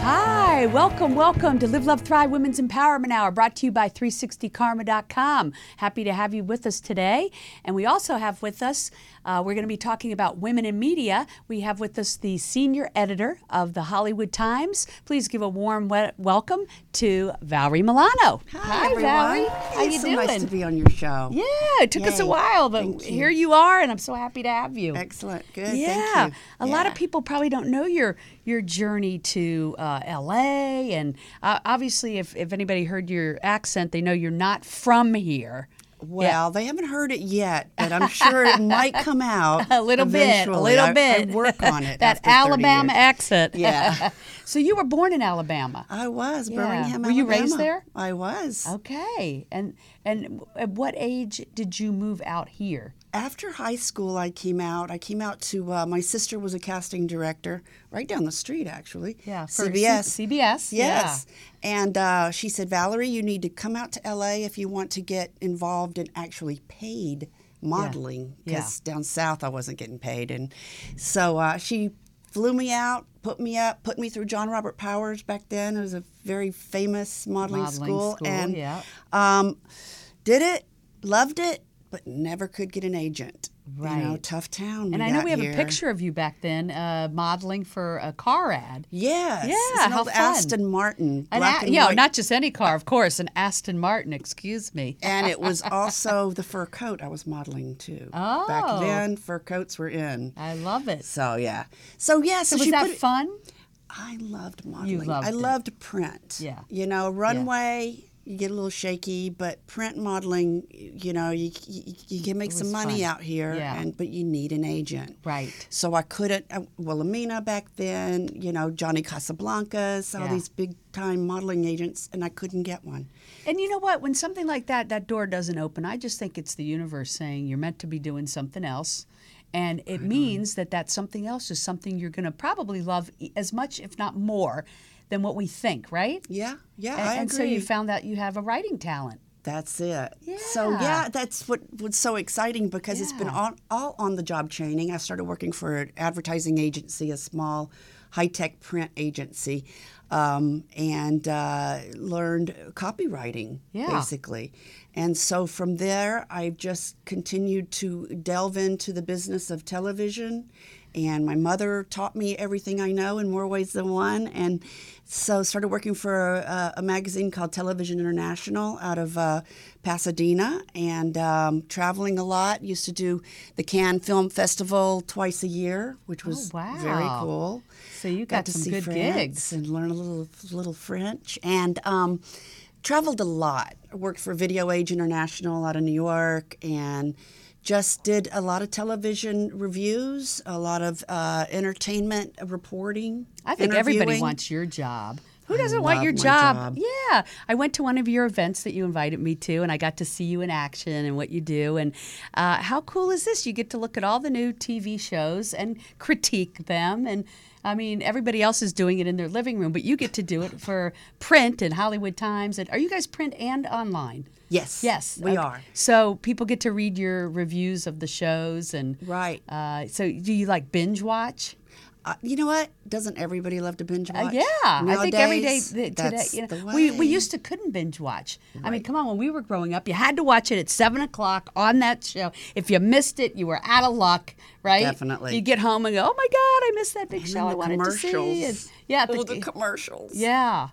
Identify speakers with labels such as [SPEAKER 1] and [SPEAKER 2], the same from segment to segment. [SPEAKER 1] Hi, welcome, welcome to Live, Love, Thrive Women's Empowerment Hour, brought to you by 360karma.com. Happy to have you with us today. And we also have with us, uh, we're going to be talking about women in media. We have with us the senior editor of the Hollywood Times. Please give a warm we- welcome to Valerie Milano.
[SPEAKER 2] everyone.
[SPEAKER 1] Valerie.
[SPEAKER 2] Hey,
[SPEAKER 1] How you
[SPEAKER 2] so
[SPEAKER 1] doing?
[SPEAKER 2] Nice to be on your show.
[SPEAKER 1] yeah, it took us a
[SPEAKER 2] Yay.
[SPEAKER 1] while, but
[SPEAKER 2] Thank you.
[SPEAKER 1] here you are, and I'm so happy to have you.
[SPEAKER 2] Excellent. Good.
[SPEAKER 1] Yeah,
[SPEAKER 2] Thank you.
[SPEAKER 1] a lot of
[SPEAKER 2] Yeah.
[SPEAKER 1] people probably don't know your your journey to uh, L.A. and uh, obviously, if, if anybody heard your accent, they know you're not from here.
[SPEAKER 2] Well, they haven't heard it yet, but I'm sure it might come out
[SPEAKER 1] A little bit, a
[SPEAKER 2] eventually.
[SPEAKER 1] little
[SPEAKER 2] I-
[SPEAKER 1] bit.
[SPEAKER 2] I work on it.
[SPEAKER 1] that
[SPEAKER 2] after 30
[SPEAKER 1] Alabama e
[SPEAKER 2] years.
[SPEAKER 1] accent.
[SPEAKER 2] Yeah.
[SPEAKER 1] so you were born in Alabama.
[SPEAKER 2] I was
[SPEAKER 1] Yeah.
[SPEAKER 2] Birmingham,
[SPEAKER 1] Were you raised
[SPEAKER 2] Alabama.
[SPEAKER 1] there?
[SPEAKER 2] I was.
[SPEAKER 1] Okay, and and at what age did you move out here?
[SPEAKER 2] After high school, I came out. I came out to uh, my sister was a casting director right down the street, actually.
[SPEAKER 1] Yeah, for C-
[SPEAKER 2] CBS.
[SPEAKER 1] CBS,
[SPEAKER 2] Yes. And uh, she said, Valerie, you need to come out to LA if you want to get involved in actually paid modeling
[SPEAKER 1] Yeah.
[SPEAKER 2] because down south I wasn't getting paid. And so uh, she flew me out, put me up, put me through John Robert Powers back then. It was a very famous modeling,
[SPEAKER 1] Modeling school,
[SPEAKER 2] and
[SPEAKER 1] yeah.
[SPEAKER 2] um, did it, loved it, but never could get an agent. You know,
[SPEAKER 1] Right.
[SPEAKER 2] tough town.
[SPEAKER 1] And I know
[SPEAKER 2] got
[SPEAKER 1] we have
[SPEAKER 2] here.
[SPEAKER 1] a picture of you back then uh, modeling for a car ad.
[SPEAKER 2] Yes. it's
[SPEAKER 1] Yeah,
[SPEAKER 2] an
[SPEAKER 1] how
[SPEAKER 2] old
[SPEAKER 1] fun.
[SPEAKER 2] Aston Martin.
[SPEAKER 1] An a-
[SPEAKER 2] black and
[SPEAKER 1] yeah,
[SPEAKER 2] white.
[SPEAKER 1] not just any car, of course, an Aston Martin. Excuse me.
[SPEAKER 2] and it was also the fur coat I was modeling too.
[SPEAKER 1] Oh.
[SPEAKER 2] Back then, fur coats were in.
[SPEAKER 1] I love it.
[SPEAKER 2] So yeah. So yeah.
[SPEAKER 1] So
[SPEAKER 2] So,
[SPEAKER 1] was
[SPEAKER 2] she
[SPEAKER 1] that
[SPEAKER 2] put it-
[SPEAKER 1] fun?
[SPEAKER 2] I loved modeling.
[SPEAKER 1] loved
[SPEAKER 2] I
[SPEAKER 1] it.
[SPEAKER 2] loved print.
[SPEAKER 1] Yeah.
[SPEAKER 2] You know, runway. You get a little shaky, but print modeling, you know, you, you, you can make some money
[SPEAKER 1] fun.
[SPEAKER 2] out here,
[SPEAKER 1] Yeah.
[SPEAKER 2] and but you need an agent.
[SPEAKER 1] Right.
[SPEAKER 2] So I couldn't. Uh, Wilhelmina back then, you know, Johnny Casablancas, all
[SPEAKER 1] Yeah.
[SPEAKER 2] these big time modeling agents, and I couldn't get one.
[SPEAKER 1] And you know what? When something like that, that door doesn't open. I just think it's the universe saying you're meant to be doing something else. And it means that that something else is something you're going to probably love e- as much, if not more, than what we think, right?
[SPEAKER 2] Yeah, yeah,
[SPEAKER 1] And,
[SPEAKER 2] I
[SPEAKER 1] and so
[SPEAKER 2] agree.
[SPEAKER 1] you found out you have a writing talent.
[SPEAKER 2] That's it. So
[SPEAKER 1] Yeah.
[SPEAKER 2] yeah, that's what was so exciting because it's been
[SPEAKER 1] Yeah.
[SPEAKER 2] all, all on the job training. I started working for an advertising agency, a small high tech print agency, um, and uh, learned copywriting
[SPEAKER 1] Yeah.
[SPEAKER 2] basically. And so from there, I've just continued to delve into the business of television. And my mother taught me everything I know in more ways than one. And so started working for a, a magazine called Television International out of uh, Pasadena and um, traveling a lot. Used to do the Cannes Film Festival twice a year, which was very
[SPEAKER 1] Oh, wow.
[SPEAKER 2] cool
[SPEAKER 1] So you got,
[SPEAKER 2] to
[SPEAKER 1] some
[SPEAKER 2] see
[SPEAKER 1] good
[SPEAKER 2] France
[SPEAKER 1] gigs.
[SPEAKER 2] and learn a little little French and um, traveled a lot. I worked for Video Age International out of New York and just did a lot of television reviews, a lot of uh, entertainment reporting.
[SPEAKER 1] I think everybody
[SPEAKER 2] interviewing.
[SPEAKER 1] wants your job. Who doesn't want
[SPEAKER 2] love
[SPEAKER 1] your
[SPEAKER 2] my
[SPEAKER 1] job?
[SPEAKER 2] job.
[SPEAKER 1] Yeah. I went to one of your events that you invited me to, and I got to see you in action and what you do. And uh, how cool is this? You get to look at all the new TV shows and critique them. And I mean, everybody else is doing it in their living room, but you get to do it for print and Hollywood Times. And are you guys print and online?
[SPEAKER 2] Yes.
[SPEAKER 1] Yes,
[SPEAKER 2] We
[SPEAKER 1] okay.
[SPEAKER 2] are.
[SPEAKER 1] So people get to read your reviews of the shows, and
[SPEAKER 2] Right.
[SPEAKER 1] Uh, so, do you like binge watch?
[SPEAKER 2] Uh, you know what? Doesn't everybody love to binge watch?
[SPEAKER 1] Uh, yeah, I think every day
[SPEAKER 2] Nowadays,
[SPEAKER 1] th- today,
[SPEAKER 2] that's
[SPEAKER 1] you know,
[SPEAKER 2] the
[SPEAKER 1] we, we
[SPEAKER 2] way.
[SPEAKER 1] used to couldn't binge watch. I mean, come on, when we were growing up, you had to watch it at seven o'clock on that show. If you missed it, you were out of luck, right?
[SPEAKER 2] Definitely.
[SPEAKER 1] You get home and go, oh my god, I missed that big show
[SPEAKER 2] then
[SPEAKER 1] I
[SPEAKER 2] the
[SPEAKER 1] wanted to see. And,
[SPEAKER 2] commercials.
[SPEAKER 1] yeah,
[SPEAKER 2] Oh,
[SPEAKER 1] the-
[SPEAKER 2] the commercials.
[SPEAKER 1] yeah,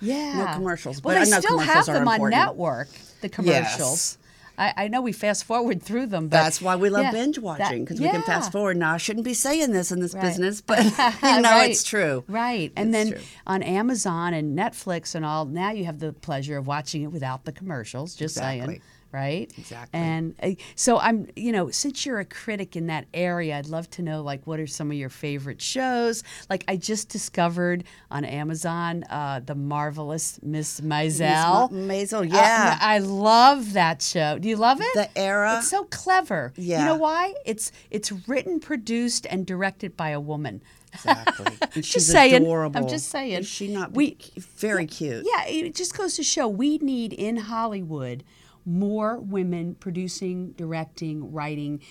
[SPEAKER 1] yeah.
[SPEAKER 2] commercials,
[SPEAKER 1] Well,
[SPEAKER 2] but
[SPEAKER 1] they
[SPEAKER 2] I know
[SPEAKER 1] still have
[SPEAKER 2] commercials are
[SPEAKER 1] them on
[SPEAKER 2] important.
[SPEAKER 1] network. The commercials. I, I know we fast forward through them, but
[SPEAKER 2] That's why we love
[SPEAKER 1] yeah,
[SPEAKER 2] binge
[SPEAKER 1] that-
[SPEAKER 2] watching because we can
[SPEAKER 1] yeah.
[SPEAKER 2] fast forward. Now I shouldn't be saying this in this
[SPEAKER 1] Right.
[SPEAKER 2] business, but you know
[SPEAKER 1] Uh, Right.
[SPEAKER 2] it's true.
[SPEAKER 1] Right. And
[SPEAKER 2] It's
[SPEAKER 1] then
[SPEAKER 2] true.
[SPEAKER 1] on Amazon and Netflix and all, now you have the pleasure of watching it without the commercials, just saying.
[SPEAKER 2] Exactly.
[SPEAKER 1] right?
[SPEAKER 2] Exactly.
[SPEAKER 1] And uh, so I'm, you know, since you're a critic in that area, I'd love to know like what are some of your favorite shows? Like I just discovered on Amazon uh, the marvelous Miss Maisel.
[SPEAKER 2] Maisel,
[SPEAKER 1] Uh,
[SPEAKER 2] yeah.
[SPEAKER 1] I love that show. Do you love it?
[SPEAKER 2] The era.
[SPEAKER 1] It's so clever. You
[SPEAKER 2] Yeah.
[SPEAKER 1] know why? It's it's written, produced, and directed by a woman.
[SPEAKER 2] Exactly. And she's
[SPEAKER 1] saying. I'm
[SPEAKER 2] adorable.
[SPEAKER 1] just saying.
[SPEAKER 2] Is she not
[SPEAKER 1] We-
[SPEAKER 2] we, very cute?
[SPEAKER 1] Yeah, it just goes to show we need in Hollywood more women producing, directing, writing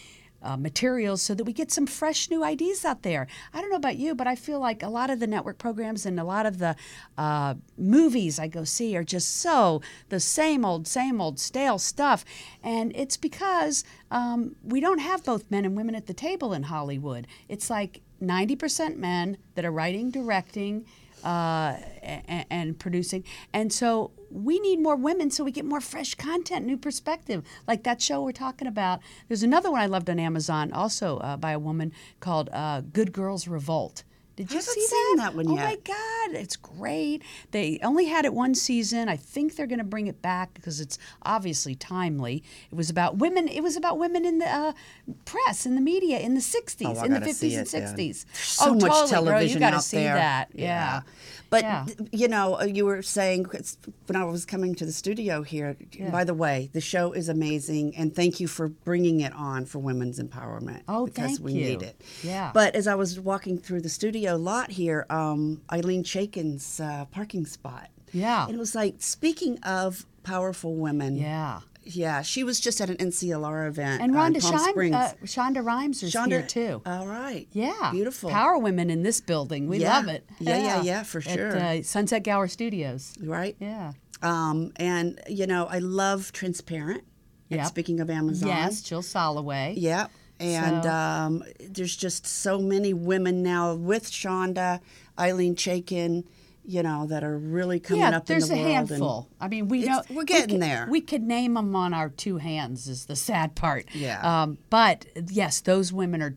[SPEAKER 1] uh, materials so that we get some fresh new ideas out there. I don't know about you, but I feel like a lot of the network programs and a lot of the uh, movies I go see are just so the same old, same old, stale stuff. And it's because um, we don't have both men and women at the table in Hollywood. It's like 90% men that are writing, directing, uh, and, and producing. And so we need more women so we get more fresh content, new perspective, like that show we're talking about. There's another one I loved on Amazon, also uh, by a woman called uh, Good Girls Revolt. Did you
[SPEAKER 2] haven't
[SPEAKER 1] see
[SPEAKER 2] seen
[SPEAKER 1] that?
[SPEAKER 2] that one
[SPEAKER 1] oh
[SPEAKER 2] yet.
[SPEAKER 1] my God, it's great. They only had it one season. I think they're going to bring it back because it's obviously timely. It was about women. It was about women in the uh, press, in the media, in the '60s,
[SPEAKER 2] Oh, I
[SPEAKER 1] in the
[SPEAKER 2] gotta
[SPEAKER 1] '50s
[SPEAKER 2] see
[SPEAKER 1] and
[SPEAKER 2] it then.
[SPEAKER 1] '60s.
[SPEAKER 2] So
[SPEAKER 1] oh,
[SPEAKER 2] much
[SPEAKER 1] totally, girl, you
[SPEAKER 2] television
[SPEAKER 1] gotta
[SPEAKER 2] out
[SPEAKER 1] see
[SPEAKER 2] there.
[SPEAKER 1] that. Yeah.
[SPEAKER 2] But
[SPEAKER 1] Yeah.
[SPEAKER 2] th- you know, uh, you were saying 'cause when I was coming to the studio here. By the way, the show is amazing, and thank you for bringing it on for women's empowerment.
[SPEAKER 1] Oh,
[SPEAKER 2] because
[SPEAKER 1] thank
[SPEAKER 2] we
[SPEAKER 1] you.
[SPEAKER 2] need it.
[SPEAKER 1] Yeah.
[SPEAKER 2] But as I was walking through the studio lot here, um, Eileen Shakin's uh, parking spot.
[SPEAKER 1] Yeah.
[SPEAKER 2] And it was like speaking of powerful women.
[SPEAKER 1] Yeah.
[SPEAKER 2] Yeah, she was just at an NCLR event
[SPEAKER 1] And
[SPEAKER 2] uh, in
[SPEAKER 1] Rhonda
[SPEAKER 2] Palm
[SPEAKER 1] Shine,
[SPEAKER 2] Springs.
[SPEAKER 1] uh, Shonda Rhimes is here too.
[SPEAKER 2] All right.
[SPEAKER 1] yeah.
[SPEAKER 2] Beautiful.
[SPEAKER 1] Power women in this building. We
[SPEAKER 2] Yeah.
[SPEAKER 1] love it.
[SPEAKER 2] Yeah, yeah, yeah, for sure.
[SPEAKER 1] At uh, Sunset Gower Studios.
[SPEAKER 2] Right.
[SPEAKER 1] Yeah.
[SPEAKER 2] Um, and you know, I love transparent. And
[SPEAKER 1] Yep.
[SPEAKER 2] Speaking of Amazon.
[SPEAKER 1] Yes, Jill Soloway.
[SPEAKER 2] Yeah. And
[SPEAKER 1] So-
[SPEAKER 2] um, there's just so many women now with Shonda, Eileen Chaikin, you know, that are really coming
[SPEAKER 1] Yeah,
[SPEAKER 2] up in the
[SPEAKER 1] there's a
[SPEAKER 2] world. and-
[SPEAKER 1] handful. I mean, we know
[SPEAKER 2] It's- we're getting
[SPEAKER 1] we could,
[SPEAKER 2] there.
[SPEAKER 1] We could name them on our two hands. Is the sad part.
[SPEAKER 2] Yeah.
[SPEAKER 1] Um, but yes, those women are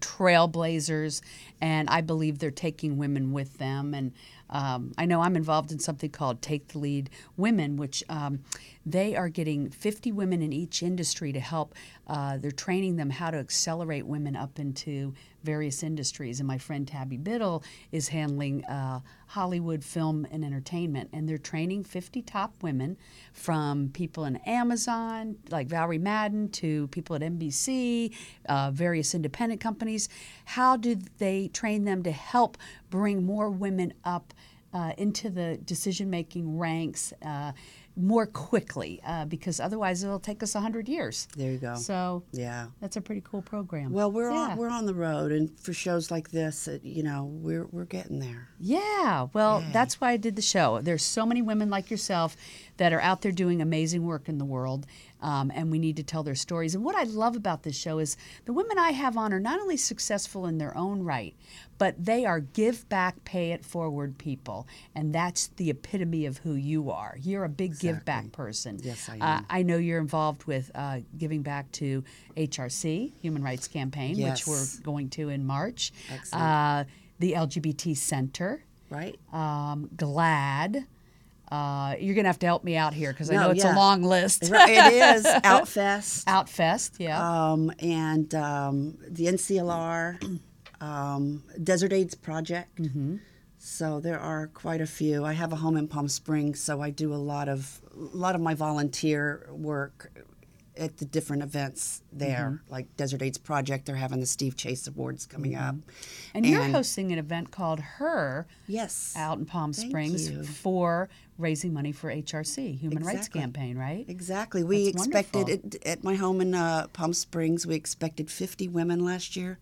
[SPEAKER 1] trailblazers, and I believe they're taking women with them. And um, I know I'm involved in something called Take the Lead Women, which um, they are getting 50 women in each industry to help. Uh, they're training them how to accelerate women up into various industries. And my friend Tabby Biddle is handling uh, Hollywood film and entertainment. And they're training 50 top women from people in Amazon, like Valerie Madden, to people at NBC, uh, various independent companies. How do they train them to help bring more women up? uh, into the decision making ranks uh, more quickly uh, because otherwise it'll take us 100 years.
[SPEAKER 2] There you go.
[SPEAKER 1] So
[SPEAKER 2] Yeah.
[SPEAKER 1] that's a pretty cool program.
[SPEAKER 2] Well, we're
[SPEAKER 1] Yeah.
[SPEAKER 2] on we're on the road, and for shows like this, it, you know, we're we're getting there.
[SPEAKER 1] Yeah, well, that's why I did the show. There's so many women like yourself that are out there doing amazing work in the world, um, and we need to tell their stories. And what I love about this show is the women I have on are not only successful in their own right, but they are give back, pay it forward people. And that's the epitome of who you are. You're a big give back person. Yes, I am. Uh, I know you're involved with uh, giving back to HRC, Human Rights Campaign, which
[SPEAKER 2] Yes.
[SPEAKER 1] we're going to in March. Uh, the LGBT Center,
[SPEAKER 2] Right?
[SPEAKER 1] um, GLAD. Uh, you're gonna have to help me out here because I
[SPEAKER 2] No,
[SPEAKER 1] know it's a
[SPEAKER 2] yeah.
[SPEAKER 1] long list.
[SPEAKER 2] Right, it is Outfest,
[SPEAKER 1] Outfest, yeah,
[SPEAKER 2] um, and um, the NCLR, um, Desert AIDS Project.
[SPEAKER 1] Mm-hmm.
[SPEAKER 2] So there are quite a few. I have a home in Palm Springs, so I do a lot of a lot of my volunteer work at the different events there,
[SPEAKER 1] Mm-hmm.
[SPEAKER 2] like Desert AIDS Project. They're having the Steve Chase Awards coming up.
[SPEAKER 1] Mm-hmm. and, you're hosting an event called Her
[SPEAKER 2] Yes.
[SPEAKER 1] out in Palm Springs
[SPEAKER 2] you.
[SPEAKER 1] for raising money for HRC, Human Rights
[SPEAKER 2] Exactly.
[SPEAKER 1] Campaign, right?
[SPEAKER 2] Exactly. We
[SPEAKER 1] That's
[SPEAKER 2] expected
[SPEAKER 1] wonderful.
[SPEAKER 2] it, at my home in uh, Palm Springs. We expected 50 women last year.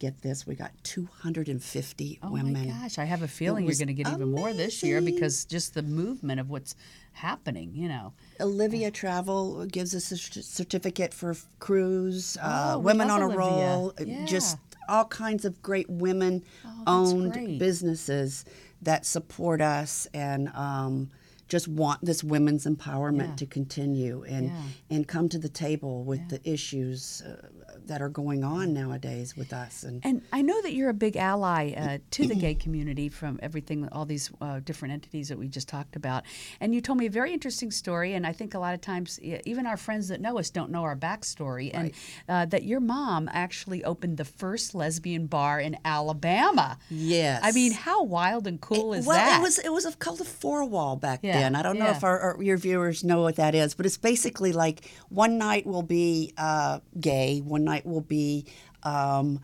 [SPEAKER 2] Get this, we got 250
[SPEAKER 1] Oh
[SPEAKER 2] women.
[SPEAKER 1] my gosh, I have a feeling you're
[SPEAKER 2] was
[SPEAKER 1] gonna get even more this year
[SPEAKER 2] amazing.
[SPEAKER 1] because just the movement of what's happening, you know.
[SPEAKER 2] Olivia Travel gives us a cer- certificate for f- cruise.
[SPEAKER 1] Oh,
[SPEAKER 2] uh,
[SPEAKER 1] we
[SPEAKER 2] women
[SPEAKER 1] love
[SPEAKER 2] on a
[SPEAKER 1] Olivia.
[SPEAKER 2] roll. uh,
[SPEAKER 1] Yeah. Oh,
[SPEAKER 2] Just all kinds of great women-owned
[SPEAKER 1] great.
[SPEAKER 2] businesses that support us and. Um, just want this women's empowerment
[SPEAKER 1] Yeah.
[SPEAKER 2] to continue and
[SPEAKER 1] Yeah.
[SPEAKER 2] and come to the table with the issues uh, that are going on nowadays with us and
[SPEAKER 1] And I know that you're a big ally uh, to the gay community from everything, all these uh, different entities that we just talked about. And you told me a very interesting story, and I think a lot of times e- even our friends that know us don't know our backstory, and uh, that your mom actually opened the first lesbian bar in Alabama.
[SPEAKER 2] Yes.
[SPEAKER 1] I mean, how wild and cool is
[SPEAKER 2] well,
[SPEAKER 1] that?
[SPEAKER 2] it was it was a- called a four wall back
[SPEAKER 1] Yeah,
[SPEAKER 2] then. I don't know
[SPEAKER 1] yeah.
[SPEAKER 2] if our, our your viewers know what that is, but it's basically like one night will be uh, gay, one night will be um,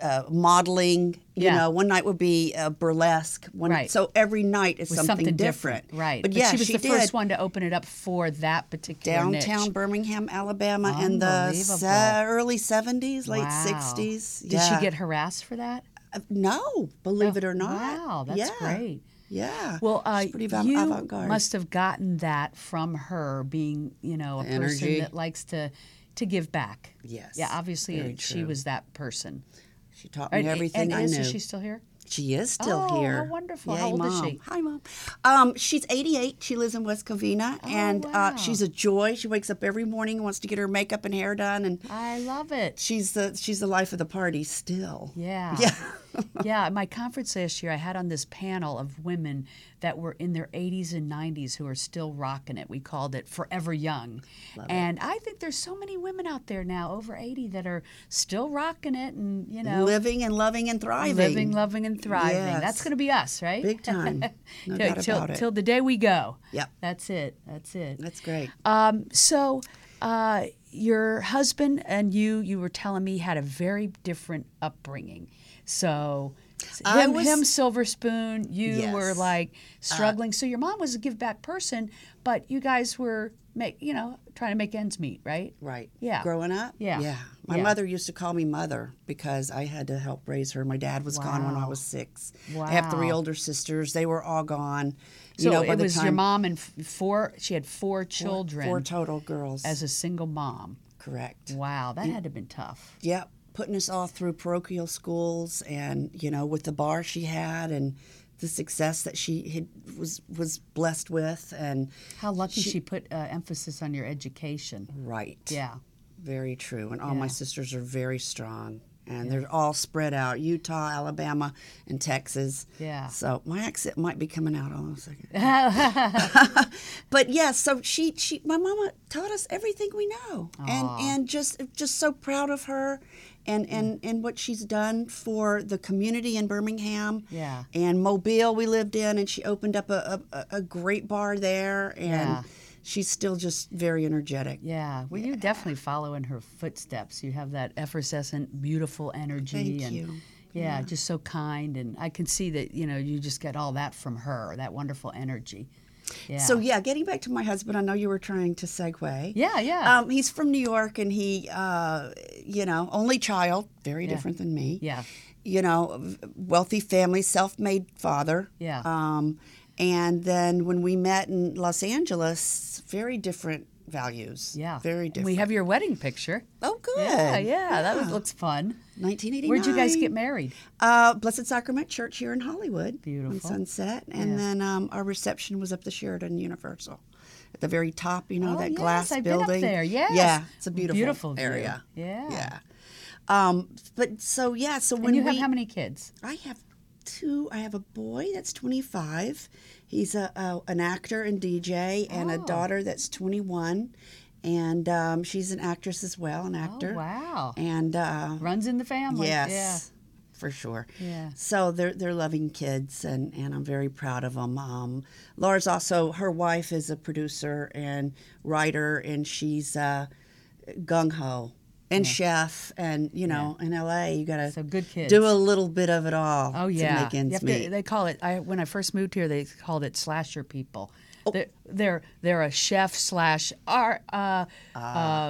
[SPEAKER 2] uh, modeling, you
[SPEAKER 1] Yeah.
[SPEAKER 2] know, one night will be uh, burlesque. One,
[SPEAKER 1] Right.
[SPEAKER 2] So every night is
[SPEAKER 1] Was
[SPEAKER 2] something, different.
[SPEAKER 1] Right.
[SPEAKER 2] But, yeah,
[SPEAKER 1] she was the
[SPEAKER 2] did.
[SPEAKER 1] first one to open it up for that particular niche.
[SPEAKER 2] Downtown Birmingham, Alabama, in the
[SPEAKER 1] Unbelievable.
[SPEAKER 2] se- early 70s, late
[SPEAKER 1] Wow.
[SPEAKER 2] 60s.
[SPEAKER 1] Did she get harassed for that?
[SPEAKER 2] No, believe it or not.
[SPEAKER 1] Wow, that's
[SPEAKER 2] yeah.
[SPEAKER 1] great.
[SPEAKER 2] Yeah.
[SPEAKER 1] Well, uh,
[SPEAKER 2] She's pretty av-
[SPEAKER 1] you
[SPEAKER 2] avant-garde.
[SPEAKER 1] must have gotten that from her being, you know, a person
[SPEAKER 2] energy.
[SPEAKER 1] that likes to to give back.
[SPEAKER 2] Yes,
[SPEAKER 1] Yeah, obviously
[SPEAKER 2] very
[SPEAKER 1] she
[SPEAKER 2] true.
[SPEAKER 1] was that person.
[SPEAKER 2] She taught
[SPEAKER 1] And-
[SPEAKER 2] me everything
[SPEAKER 1] and
[SPEAKER 2] I
[SPEAKER 1] is,
[SPEAKER 2] knew.
[SPEAKER 1] Is she still here?
[SPEAKER 2] She is still
[SPEAKER 1] Oh, how
[SPEAKER 2] here.
[SPEAKER 1] wonderful. How old is
[SPEAKER 2] Mom.
[SPEAKER 1] she?
[SPEAKER 2] Hi, Mom. Um, she's 88. She lives in West Covina. and
[SPEAKER 1] Oh, wow.
[SPEAKER 2] uh, she's a joy. She wakes up every morning and wants to get her makeup and hair done. And
[SPEAKER 1] I love it.
[SPEAKER 2] she's the, she's the life of the party still.
[SPEAKER 1] Yeah.
[SPEAKER 2] Yeah.
[SPEAKER 1] yeah, at my conference last year, I had on this panel of women that were in their 80s and 90s who are still rocking it. We called it Forever Young. and I think there's so many women out there now over 80 that are still rocking it and, you know,
[SPEAKER 2] Living and loving and thriving.
[SPEAKER 1] living, loving, and thriving. That's
[SPEAKER 2] Yes.
[SPEAKER 1] going to be us, right?
[SPEAKER 2] Big time.
[SPEAKER 1] till,
[SPEAKER 2] No doubt
[SPEAKER 1] till-
[SPEAKER 2] about it.
[SPEAKER 1] till the day we go.
[SPEAKER 2] Yep.
[SPEAKER 1] That's it. That's it.
[SPEAKER 2] That's great.
[SPEAKER 1] Um, so, uh, your husband and you, you were telling me, had a very different upbringing. So, s-
[SPEAKER 2] I
[SPEAKER 1] him,
[SPEAKER 2] was-
[SPEAKER 1] him silver spoon. You were
[SPEAKER 2] Yes. Uh,
[SPEAKER 1] like struggling. so your mom was a give back person, but you guys were make you know trying to make ends meet, right?
[SPEAKER 2] Right.
[SPEAKER 1] Yeah.
[SPEAKER 2] Growing up?
[SPEAKER 1] Yeah.
[SPEAKER 2] Yeah. My
[SPEAKER 1] Yeah.
[SPEAKER 2] mother used to call me mother because I had to help raise her. My dad was gone when I
[SPEAKER 1] Wow.
[SPEAKER 2] was six. I have three
[SPEAKER 1] Wow.
[SPEAKER 2] older sisters. They were all gone.
[SPEAKER 1] So
[SPEAKER 2] you know, by
[SPEAKER 1] it
[SPEAKER 2] the
[SPEAKER 1] was your
[SPEAKER 2] time-
[SPEAKER 1] mom and f- four. She had four children
[SPEAKER 2] Four total girls.
[SPEAKER 1] as a single mom.
[SPEAKER 2] correct.
[SPEAKER 1] Wow, that had to have been tough.
[SPEAKER 2] Yeah. Putting us all through parochial schools and, you know, with the bar she had and the success that she had, was was blessed with and
[SPEAKER 1] How lucky she, put uh, emphasis on your education.
[SPEAKER 2] right.
[SPEAKER 1] Yeah.
[SPEAKER 2] Very true. And all my sisters are very strong. And they're all spread out Utah, Alabama, and Texas.
[SPEAKER 1] Yeah.
[SPEAKER 2] So my accent might be coming out. Hold on a second. but yeah, so she, she, my mama taught us everything we know, and and just just so proud of her, and
[SPEAKER 1] Mm.
[SPEAKER 2] and and what she's done for the community in Birmingham.
[SPEAKER 1] Yeah.
[SPEAKER 2] And Mobile, we lived in, and she opened up a a, a- a great bar there, and
[SPEAKER 1] Yeah.
[SPEAKER 2] she's still just very energetic.
[SPEAKER 1] Yeah. Well, you're definitely following her footsteps. You have that effervescent, beautiful energy.
[SPEAKER 2] Thank
[SPEAKER 1] and,
[SPEAKER 2] you.
[SPEAKER 1] Yeah, just so kind. And I can see that, you know, you just get all that from her, that wonderful energy. Yeah.
[SPEAKER 2] So yeah, getting back to my husband, I know you were trying to segue.
[SPEAKER 1] yeah, yeah.
[SPEAKER 2] Um, he's from New York, and he, uh, you know, only child, very different than me.
[SPEAKER 1] Yeah.
[SPEAKER 2] You know, v- wealthy family, self-made father.
[SPEAKER 1] Yeah.
[SPEAKER 2] Um, and then when we met in Los Angeles, very different values.
[SPEAKER 1] yeah.
[SPEAKER 2] Very
[SPEAKER 1] And
[SPEAKER 2] different.
[SPEAKER 1] We have your wedding picture.
[SPEAKER 2] Oh, good.
[SPEAKER 1] Yeah, yeah. That was, looks fun.
[SPEAKER 2] 1989.
[SPEAKER 1] Where'd you guys get married?
[SPEAKER 2] Uh, Blessed Sacrament Church here in Hollywood.
[SPEAKER 1] Beautiful.
[SPEAKER 2] On Sunset. And then um, our reception was up the Sheridan Universal. At the very top, you know,
[SPEAKER 1] Oh,
[SPEAKER 2] that
[SPEAKER 1] yes,
[SPEAKER 2] glass
[SPEAKER 1] I've been up
[SPEAKER 2] building.
[SPEAKER 1] there, yes.
[SPEAKER 2] Yeah. It's a beautiful,
[SPEAKER 1] Beautiful view.
[SPEAKER 2] area.
[SPEAKER 1] Yeah.
[SPEAKER 2] Yeah. Um, but so, yeah, so when
[SPEAKER 1] And you
[SPEAKER 2] we,
[SPEAKER 1] have how many kids?
[SPEAKER 2] I have two. I have a boy that's 25. He's a, a an actor and DJ, and
[SPEAKER 1] Oh.
[SPEAKER 2] a daughter that's 21. And um, she's an actress as well, an actor.
[SPEAKER 1] Oh, wow.
[SPEAKER 2] And uh,
[SPEAKER 1] Runs in the family.
[SPEAKER 2] Yes.
[SPEAKER 1] Yeah.
[SPEAKER 2] For sure.
[SPEAKER 1] Yeah.
[SPEAKER 2] So they're they're loving kids, and, and I'm very proud of them. Um, Laura's also her wife is a producer and writer, and she's uh, gung ho and chef, and you know in LA you gotta
[SPEAKER 1] So good kids.
[SPEAKER 2] do a little bit of it all.
[SPEAKER 1] Oh yeah,
[SPEAKER 2] to make
[SPEAKER 1] You
[SPEAKER 2] ends
[SPEAKER 1] have to-
[SPEAKER 2] meet.
[SPEAKER 1] they call it. I when I first moved here, they called it slasher people.
[SPEAKER 2] Oh.
[SPEAKER 1] They're, they're they're a chef slash art uh,
[SPEAKER 2] Ah.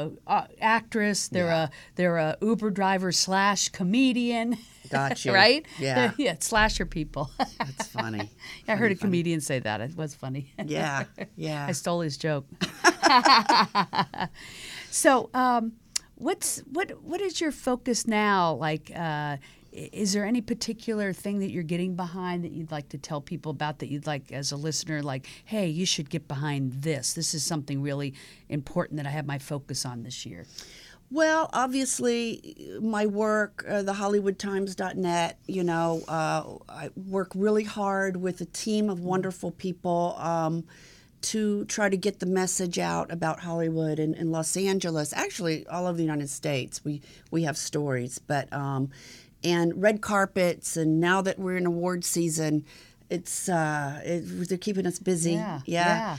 [SPEAKER 1] uh, uh, actress. They're a they're a Uber driver slash comedian.
[SPEAKER 2] Got you.
[SPEAKER 1] right?
[SPEAKER 2] Yeah.
[SPEAKER 1] They're- yeah. Slasher people.
[SPEAKER 2] That's funny.
[SPEAKER 1] I heard a comedian say that. It was funny.
[SPEAKER 2] Yeah, yeah.
[SPEAKER 1] I stole his joke. so, um, what's what what is your focus now? Like, uh, i- is there any particular thing that you're getting behind that you'd like to tell people about that you'd like, as a listener, like, hey, you should get behind this? This is something really important that I have my focus on this year.
[SPEAKER 2] Well, obviously, my work, uh, thehollywoodtimes.net, you know, uh, I work really hard with a team of wonderful people um, to try to get the message out about Hollywood and, and Los Angeles, actually, all of the United States. We, we have stories, but, um, and red carpets, and now that we're in award season, it's uh, it, they're keeping us busy.
[SPEAKER 1] yeah.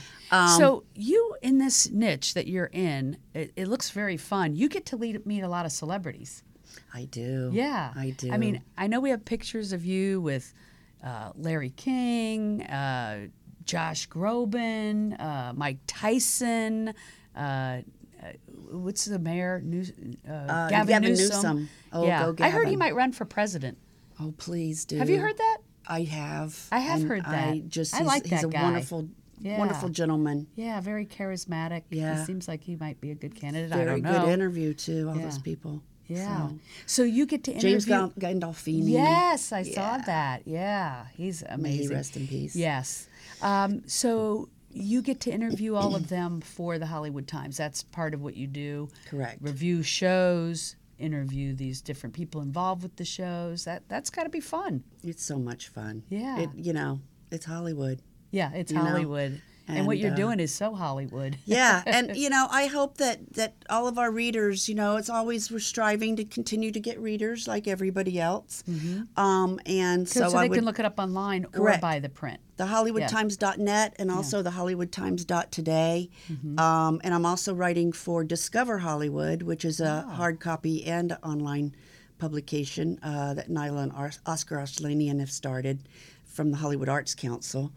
[SPEAKER 1] so you in this niche that you're in, it, it looks very fun. You get to lead, meet a lot of celebrities.
[SPEAKER 2] I do.
[SPEAKER 1] Yeah,
[SPEAKER 2] I do.
[SPEAKER 1] I mean, I know we have pictures of you with uh, Larry King, uh, Josh Groban, uh, Mike Tyson. Uh, uh, what's the mayor? News, uh, Gavin,
[SPEAKER 2] Gavin
[SPEAKER 1] Newsom.
[SPEAKER 2] Newsom. Oh,
[SPEAKER 1] yeah.
[SPEAKER 2] go
[SPEAKER 1] I heard he
[SPEAKER 2] Gavin.
[SPEAKER 1] might run for president.
[SPEAKER 2] Oh, please do.
[SPEAKER 1] Have you heard that?
[SPEAKER 2] I have.
[SPEAKER 1] I have
[SPEAKER 2] and
[SPEAKER 1] heard
[SPEAKER 2] I
[SPEAKER 1] that.
[SPEAKER 2] just
[SPEAKER 1] I
[SPEAKER 2] he's,
[SPEAKER 1] like
[SPEAKER 2] he's
[SPEAKER 1] that
[SPEAKER 2] a
[SPEAKER 1] guy.
[SPEAKER 2] wonderful,
[SPEAKER 1] Yeah.
[SPEAKER 2] wonderful gentleman.
[SPEAKER 1] Yeah, very charismatic.
[SPEAKER 2] Yeah.
[SPEAKER 1] He seems like he might be a good candidate. I
[SPEAKER 2] Very
[SPEAKER 1] don't
[SPEAKER 2] good
[SPEAKER 1] know.
[SPEAKER 2] interview too. All those
[SPEAKER 1] Yeah.
[SPEAKER 2] people.
[SPEAKER 1] Yeah.
[SPEAKER 2] So,
[SPEAKER 1] So you get to interview
[SPEAKER 2] James Gal- Gandolfini.
[SPEAKER 1] Yes, I saw that. Yeah, he's
[SPEAKER 2] May
[SPEAKER 1] amazing.
[SPEAKER 2] he rest in peace.
[SPEAKER 1] Yes. Um, so you get to interview all of them for the Hollywood Times. That's part of what you do.
[SPEAKER 2] Correct.
[SPEAKER 1] Review shows, interview these different people involved with the shows. That that's got to be fun.
[SPEAKER 2] It's so much fun.
[SPEAKER 1] Yeah.
[SPEAKER 2] It, you know, it's Hollywood.
[SPEAKER 1] Yeah, it's
[SPEAKER 2] You know,
[SPEAKER 1] Hollywood. and, what
[SPEAKER 2] and,
[SPEAKER 1] you're
[SPEAKER 2] uh,
[SPEAKER 1] doing is so Hollywood.
[SPEAKER 2] yeah and you know i hope that that all of our readers you know it's always we're striving to continue to get readers like everybody else
[SPEAKER 1] Mm-hmm.
[SPEAKER 2] um, and so,
[SPEAKER 1] So,
[SPEAKER 2] i
[SPEAKER 1] they
[SPEAKER 2] would
[SPEAKER 1] can look it up online or
[SPEAKER 2] Correct.
[SPEAKER 1] buy the print.
[SPEAKER 2] the hollywoodtimes.net and also the hollywoodtimes.today um, and i'm also writing for discover hollywood which is a hard copy and online publication uh, that nyla and Ar- oscar Oslanian have started from the hollywood arts council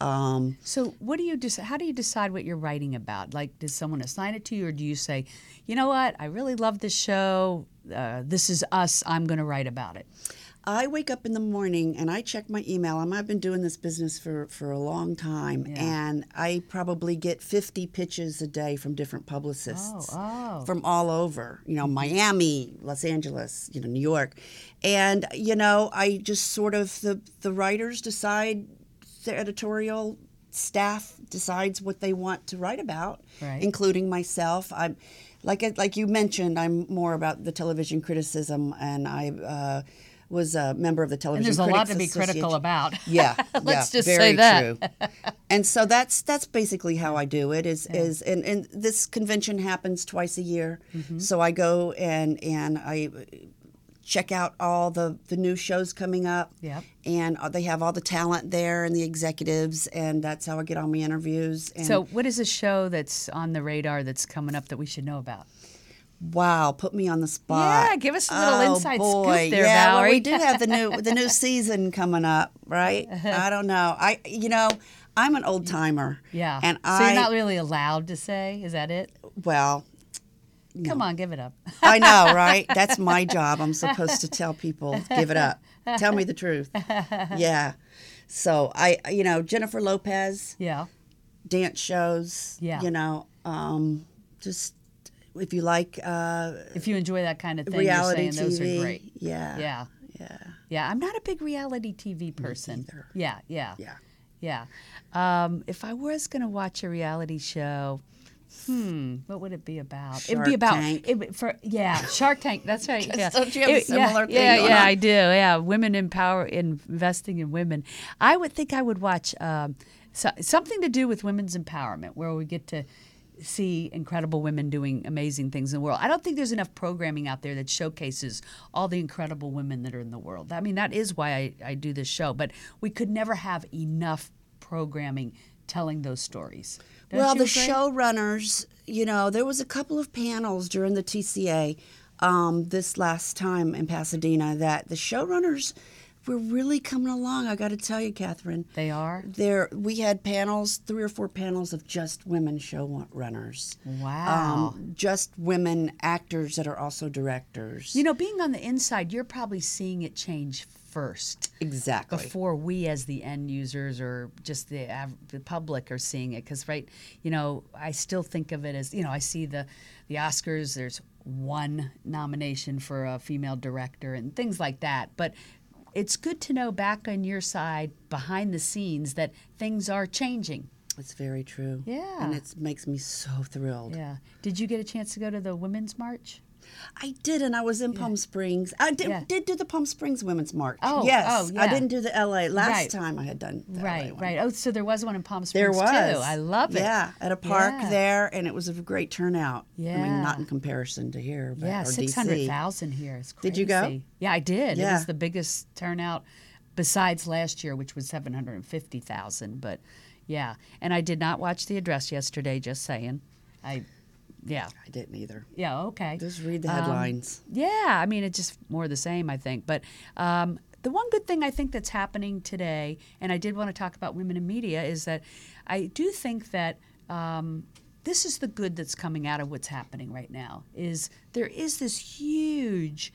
[SPEAKER 2] um,
[SPEAKER 1] So what do you just how do you decide what you're writing about? Like does someone assign it to you or do you say, "You know what? I really love this show. Uh, this is us. I'm going to write about it."
[SPEAKER 2] I wake up in the morning and I check my email. i I've been doing this business for, for a long time, and I probably get 50 pitches a day from different publicists
[SPEAKER 1] oh. Mm-hmm.
[SPEAKER 2] from all over, you know, Miami, Los Angeles, you know, New York. And, you know, I just sort of, the, the writers decide, the editorial staff decides what they want to write about,
[SPEAKER 1] Right.
[SPEAKER 2] including myself. I'm like like you mentioned, I'm more about the television criticism, and I uh, was a member of the television.
[SPEAKER 1] And there's a lot
[SPEAKER 2] Critics
[SPEAKER 1] to be critical
[SPEAKER 2] Association.
[SPEAKER 1] about.
[SPEAKER 2] Yeah,
[SPEAKER 1] Let's
[SPEAKER 2] yeah,
[SPEAKER 1] just
[SPEAKER 2] very
[SPEAKER 1] say that.
[SPEAKER 2] True. and so that's that's basically how I do it. Is is and, and this convention happens twice a year,
[SPEAKER 1] Mm-hmm.
[SPEAKER 2] so I go and and I check out all the the new shows coming up.
[SPEAKER 1] Yep.
[SPEAKER 2] And uh, they have all the talent there and the executives, and that's how I get all my interviews. And
[SPEAKER 1] So, what is a show that's on the radar that's coming up that we should know about?
[SPEAKER 2] Wow, put me on the spot.
[SPEAKER 1] Yeah, give us a little
[SPEAKER 2] oh,
[SPEAKER 1] inside scoop
[SPEAKER 2] boy.
[SPEAKER 1] there,
[SPEAKER 2] yeah, Well,
[SPEAKER 1] Valerie.
[SPEAKER 2] we do have the new the new season coming up, right?
[SPEAKER 1] Uh-huh.
[SPEAKER 2] I don't know. I you know, I'm an old timer.
[SPEAKER 1] Yeah.
[SPEAKER 2] And
[SPEAKER 1] so
[SPEAKER 2] I
[SPEAKER 1] you're not really allowed to say. Is that it?
[SPEAKER 2] well,
[SPEAKER 1] Come on, give it up.
[SPEAKER 2] I know, right? That's my job. I'm supposed to tell people, give it up. Tell me the truth. Yeah. So I you know, Jennifer Lopez,
[SPEAKER 1] Yeah.
[SPEAKER 2] dance shows,
[SPEAKER 1] Yeah.
[SPEAKER 2] you know, um just if you like uh
[SPEAKER 1] If you enjoy that kind of thing,
[SPEAKER 2] reality Uh,
[SPEAKER 1] you're saying those
[SPEAKER 2] TV.
[SPEAKER 1] are great. Yeah.
[SPEAKER 2] Yeah.
[SPEAKER 1] Yeah. I'm not a big reality TV person.
[SPEAKER 2] either.
[SPEAKER 1] Yeah. Yeah.
[SPEAKER 2] Yeah.
[SPEAKER 1] Yeah. Um, if I was going to watch a reality show, hmm, what would it be about? It'd
[SPEAKER 2] Shark
[SPEAKER 1] be about
[SPEAKER 2] Tank.
[SPEAKER 1] it would- for yeah, Shark Tank. That's right. Yeah.
[SPEAKER 2] Don't you have a
[SPEAKER 1] yeah,
[SPEAKER 2] similar thing
[SPEAKER 1] Yeah,
[SPEAKER 2] going
[SPEAKER 1] yeah,
[SPEAKER 2] on?
[SPEAKER 1] I do. Yeah, women in power, investing in women. I would think I would watch um, so, something to do with women's empowerment, where we get to see incredible women doing amazing things in the world. I don't think there's enough programming out there that showcases all the incredible women that are in the world. I mean, that is why I, I do this show, but we could never have enough programming telling those stories. Don't
[SPEAKER 2] well,
[SPEAKER 1] you
[SPEAKER 2] the
[SPEAKER 1] agree?
[SPEAKER 2] showrunners, you know, there was a couple of panels during the TCA um, this last time in Pasadena that the showrunners were really coming along. I got to tell you, Catherine,
[SPEAKER 1] They are?
[SPEAKER 2] there. We had panels, three or four panels of just women showrunners.
[SPEAKER 1] Wow.
[SPEAKER 2] Um, just women actors that are also directors.
[SPEAKER 1] You know, being on the inside, you're probably seeing it change first
[SPEAKER 2] exactly.
[SPEAKER 1] before we, as the end users or just the, av- the public, are seeing it. Because, right, you know, I still think of it as you know, I see the the Oscars. There's one nomination for a female director and things like that. But it's good to know back on your side, behind the scenes, that things are changing.
[SPEAKER 2] It's very true.
[SPEAKER 1] Yeah.
[SPEAKER 2] And it makes me so thrilled.
[SPEAKER 1] Yeah. Did you get a chance to go to the Women's March?
[SPEAKER 2] I did, and I was in Palm Springs. I did,
[SPEAKER 1] Yeah.
[SPEAKER 2] did do the Palm Springs Women's March.
[SPEAKER 1] Oh,
[SPEAKER 2] yes.
[SPEAKER 1] oh, yeah.
[SPEAKER 2] I didn't do the LA. Last
[SPEAKER 1] Right.
[SPEAKER 2] time I had done the LA
[SPEAKER 1] right,
[SPEAKER 2] one.
[SPEAKER 1] right. Oh, so there was one in Palm Springs
[SPEAKER 2] There was.
[SPEAKER 1] too. I love it.
[SPEAKER 2] Yeah, at a park
[SPEAKER 1] Yeah.
[SPEAKER 2] there, and it was a great turnout. I
[SPEAKER 1] Yeah.
[SPEAKER 2] mean, not in comparison to here, but
[SPEAKER 1] Yeah,
[SPEAKER 2] or
[SPEAKER 1] six hundred thousand here. It's crazy.
[SPEAKER 2] Did you go?
[SPEAKER 1] Yeah, I did. It
[SPEAKER 2] Yeah.
[SPEAKER 1] was the biggest turnout besides last year, which was seven hundred and fifty thousand. But yeah, and I did not watch the address yesterday. Just saying, I yeah
[SPEAKER 2] I didn't either.
[SPEAKER 1] yeah okay.
[SPEAKER 2] Just read
[SPEAKER 1] Um,
[SPEAKER 2] the headlines.
[SPEAKER 1] Yeah, I mean, it's just more the same, I think. But um, the one good thing I think that's happening today, and I did want to talk about women in media, is that I do think that. Um, this is the good that's coming out of what's happening right now is there is this huge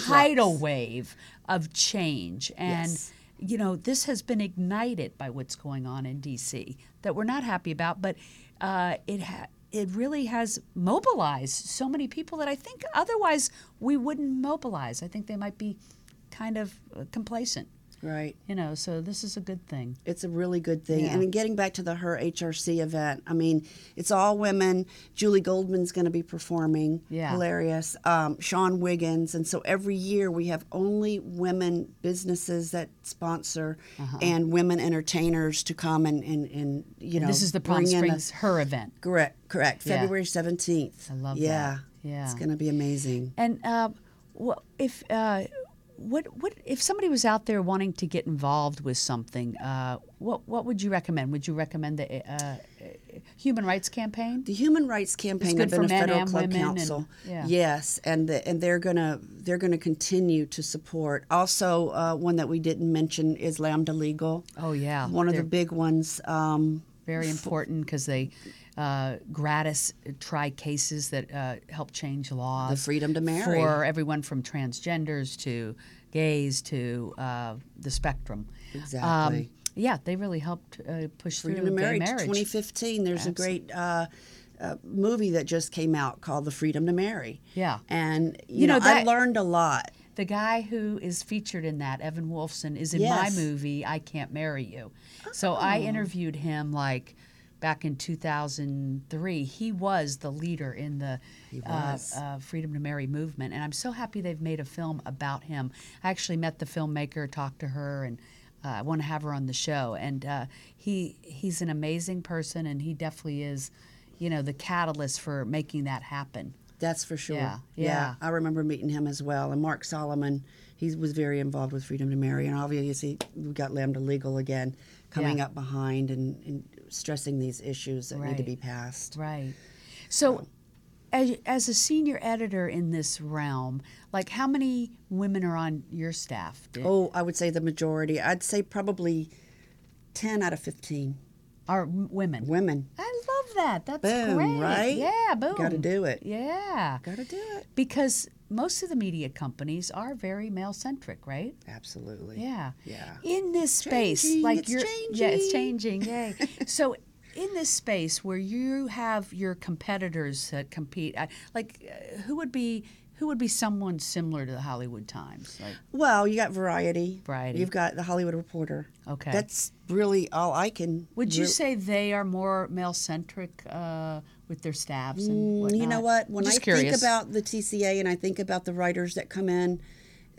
[SPEAKER 1] tidal wave of change and
[SPEAKER 2] Yes.
[SPEAKER 1] you know this has been ignited by what's going on in DC that we're not happy about but uh, it ha- it really has mobilized so many people that I think otherwise we wouldn't mobilize I think they might be kind of uh, complacent
[SPEAKER 2] right.
[SPEAKER 1] you know so this is a good thing
[SPEAKER 2] It's a really good thing.
[SPEAKER 1] Yeah.
[SPEAKER 2] And in getting back to the Her HRC event, I mean, it's all women. Julie Goldman's going to be performing.
[SPEAKER 1] Yeah.
[SPEAKER 2] Hilarious. Um, Sean Wiggins. And so every year we have only women businesses that sponsor
[SPEAKER 1] Uh-huh.
[SPEAKER 2] and women entertainers to come and, and, and you know,
[SPEAKER 1] this is the Palm
[SPEAKER 2] bring in
[SPEAKER 1] Springs her event
[SPEAKER 2] Correct, correct.
[SPEAKER 1] Yeah.
[SPEAKER 2] February 17th. I
[SPEAKER 1] love
[SPEAKER 2] yeah.
[SPEAKER 1] that. Yeah.
[SPEAKER 2] It's going to be amazing.
[SPEAKER 1] And um, wha- if uh, what what if somebody was out there wanting to get involved with something, uh, what what would you recommend? Would you recommend the uh, uh, human rights campaign?
[SPEAKER 2] The Human Rights Campaign
[SPEAKER 1] good
[SPEAKER 2] have been
[SPEAKER 1] for
[SPEAKER 2] a
[SPEAKER 1] men
[SPEAKER 2] federal
[SPEAKER 1] and
[SPEAKER 2] club
[SPEAKER 1] women and-
[SPEAKER 2] council.
[SPEAKER 1] yeah.
[SPEAKER 2] Yes, and the, and they're gonna they're gonna continue to support. Also, uh, one that we didn't mention is Lambda Legal.
[SPEAKER 1] Oh, yeah.
[SPEAKER 2] one of
[SPEAKER 1] They're-
[SPEAKER 2] the big ones. Um,
[SPEAKER 1] Very important because they uh, gratis try cases that uh, help change laws.
[SPEAKER 2] freedom to marry.
[SPEAKER 1] for everyone from transgenders to gays to uh, the spectrum. Um,
[SPEAKER 2] Exactly.
[SPEAKER 1] yeah, they really helped uh, push
[SPEAKER 2] Freedom
[SPEAKER 1] through
[SPEAKER 2] to Marry,
[SPEAKER 1] gay marriage.
[SPEAKER 2] 2015. There's a great. Uh, uh, movie that just came out called The Freedom to Marry.
[SPEAKER 1] Yeah.
[SPEAKER 2] And you,
[SPEAKER 1] You know,
[SPEAKER 2] know, I
[SPEAKER 1] that-
[SPEAKER 2] learned a lot.
[SPEAKER 1] The guy who is featured in that, Evan Wolfson, is in
[SPEAKER 2] Yes.
[SPEAKER 1] my movie, I Can't Marry You. So I interviewed him like back in 2003. He was the leader in the uh, uh, Freedom to Marry movement. And I'm so happy they've made a film about him. I actually met the filmmaker, talked to her, and uh, I want to have her on the show. And uh, he he's an amazing person, and he definitely is, you know, the catalyst for making that happen.
[SPEAKER 2] That's for sure.
[SPEAKER 1] Yeah, yeah.
[SPEAKER 2] I remember meeting him as well. And Mark Solomon, he was very involved with Freedom to Marry. And obviously, we got Lambda Legal again coming
[SPEAKER 1] Yeah.
[SPEAKER 2] up behind and, and stressing these issues that need to
[SPEAKER 1] Right.
[SPEAKER 2] be passed.
[SPEAKER 1] Right. So, as, as a senior editor in this realm, like how many women are on your staff? Do-
[SPEAKER 2] Oh, I would say the majority. I'd say probably 10 out of 15
[SPEAKER 1] Are m- women?
[SPEAKER 2] women.
[SPEAKER 1] I love that. That's
[SPEAKER 2] Boom,
[SPEAKER 1] great.
[SPEAKER 2] right?
[SPEAKER 1] Yeah, boom.
[SPEAKER 2] Gotta do it.
[SPEAKER 1] Yeah.
[SPEAKER 2] Got to do it.
[SPEAKER 1] Because most of the media companies are very male centric, right?
[SPEAKER 2] Absolutely.
[SPEAKER 1] Yeah.
[SPEAKER 2] Yeah.
[SPEAKER 1] In this space,
[SPEAKER 2] Changing,
[SPEAKER 1] like
[SPEAKER 2] it's
[SPEAKER 1] you're, yeah, it's changing. Yay. so, in this space where you have your competitors that compete, uh, like uh, who would be who would be someone similar to the Hollywood Times? Like,
[SPEAKER 2] Well, you got Variety.
[SPEAKER 1] Variety.
[SPEAKER 2] You've got the Hollywood Reporter.
[SPEAKER 1] Okay.
[SPEAKER 2] That's really all I can.
[SPEAKER 1] would you
[SPEAKER 2] re-
[SPEAKER 1] say they are more male centric uh, with their staffs and whatnot?
[SPEAKER 2] Mm, You know what? When
[SPEAKER 1] Uh, Just
[SPEAKER 2] I
[SPEAKER 1] curious.
[SPEAKER 2] think about the TCA and I think about the writers that come in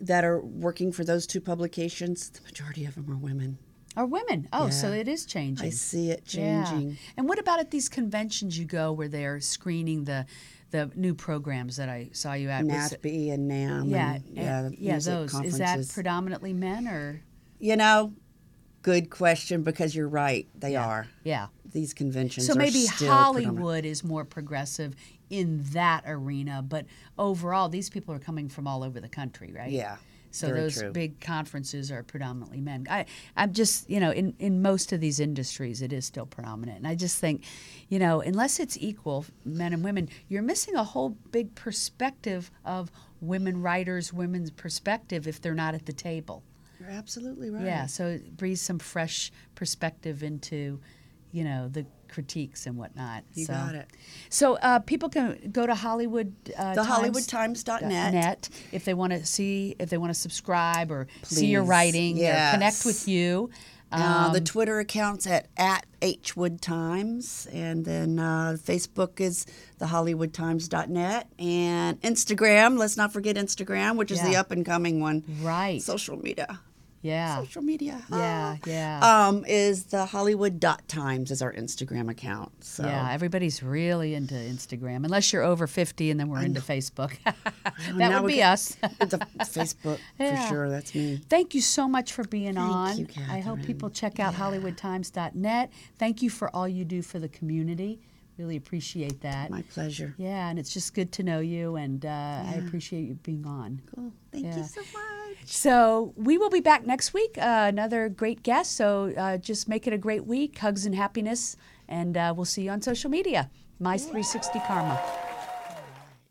[SPEAKER 2] that are working for those two publications, the majority of them are women.
[SPEAKER 1] are women? Oh, so it is changing.
[SPEAKER 2] I see it
[SPEAKER 1] Yeah.
[SPEAKER 2] changing.
[SPEAKER 1] And what about at these conventions you go where they're screening the the new programs that I saw you at? Was it-
[SPEAKER 2] NASB and NAM.
[SPEAKER 1] Yeah,
[SPEAKER 2] and,
[SPEAKER 1] uh,
[SPEAKER 2] yeah, the
[SPEAKER 1] yeah.
[SPEAKER 2] music
[SPEAKER 1] Those is
[SPEAKER 2] conferences.
[SPEAKER 1] that predominantly men or?
[SPEAKER 2] you know, good question because you're right. They are.
[SPEAKER 1] Yeah.
[SPEAKER 2] These conventions.
[SPEAKER 1] So
[SPEAKER 2] are
[SPEAKER 1] maybe
[SPEAKER 2] still predominant-
[SPEAKER 1] Hollywood is more progressive in that arena, but overall, these people are coming from all over the country, right?
[SPEAKER 2] Yeah,
[SPEAKER 1] So
[SPEAKER 2] very
[SPEAKER 1] those
[SPEAKER 2] true.
[SPEAKER 1] big conferences are predominantly men. I, I'm just, you know, in, in most of these industries, it is still predominant. And I just think, you know, unless it's equal, men and women, you're missing a whole big perspective of women writers, women's perspective if they're not at the table.
[SPEAKER 2] You're absolutely right.
[SPEAKER 1] Yeah, so it breathes some fresh perspective into, you know the critiques and whatnot.
[SPEAKER 2] You
[SPEAKER 1] so.
[SPEAKER 2] got it.
[SPEAKER 1] So uh, people can go to Hollywood. Uh,
[SPEAKER 2] The
[SPEAKER 1] Times-
[SPEAKER 2] HollywoodTimes.net.
[SPEAKER 1] net if they want to see if they want to subscribe or see your
[SPEAKER 2] Please.
[SPEAKER 1] writing or connect
[SPEAKER 2] Yes.
[SPEAKER 1] with you.
[SPEAKER 2] Uh,
[SPEAKER 1] Um,
[SPEAKER 2] the Twitter accounts at at Hwood Times, and then uh, Facebook is thehollywoodtimes.net, and Instagram. Let's not forget Instagram, which is the
[SPEAKER 1] Yeah.
[SPEAKER 2] up and coming one.
[SPEAKER 1] Right.
[SPEAKER 2] Social media.
[SPEAKER 1] yeah.
[SPEAKER 2] Social media.
[SPEAKER 1] Yeah, yeah.
[SPEAKER 2] Um, is the Hollywood.times is our Instagram account. So
[SPEAKER 1] Yeah, everybody's really into Instagram, unless you're over 50 and then we're into Facebook. that
[SPEAKER 2] now
[SPEAKER 1] would
[SPEAKER 2] we
[SPEAKER 1] be
[SPEAKER 2] got-
[SPEAKER 1] us.
[SPEAKER 2] the Facebook
[SPEAKER 1] Yeah.
[SPEAKER 2] for sure. That's me.
[SPEAKER 1] Thank you so much for being on.
[SPEAKER 2] you,
[SPEAKER 1] I hope people check out HollywoodTimes.net. Thank you for all you do for the community. Really appreciate that.
[SPEAKER 2] My pleasure.
[SPEAKER 1] yeah, and it's just good to know you, and uh, I appreciate you being on.
[SPEAKER 2] Cool. Thank
[SPEAKER 1] Yeah.
[SPEAKER 2] you so much.
[SPEAKER 1] So we will be back next week, uh, another great guest. So uh, just make it a great week, hugs and happiness, and uh, we'll see you on social media. My 360 Karma.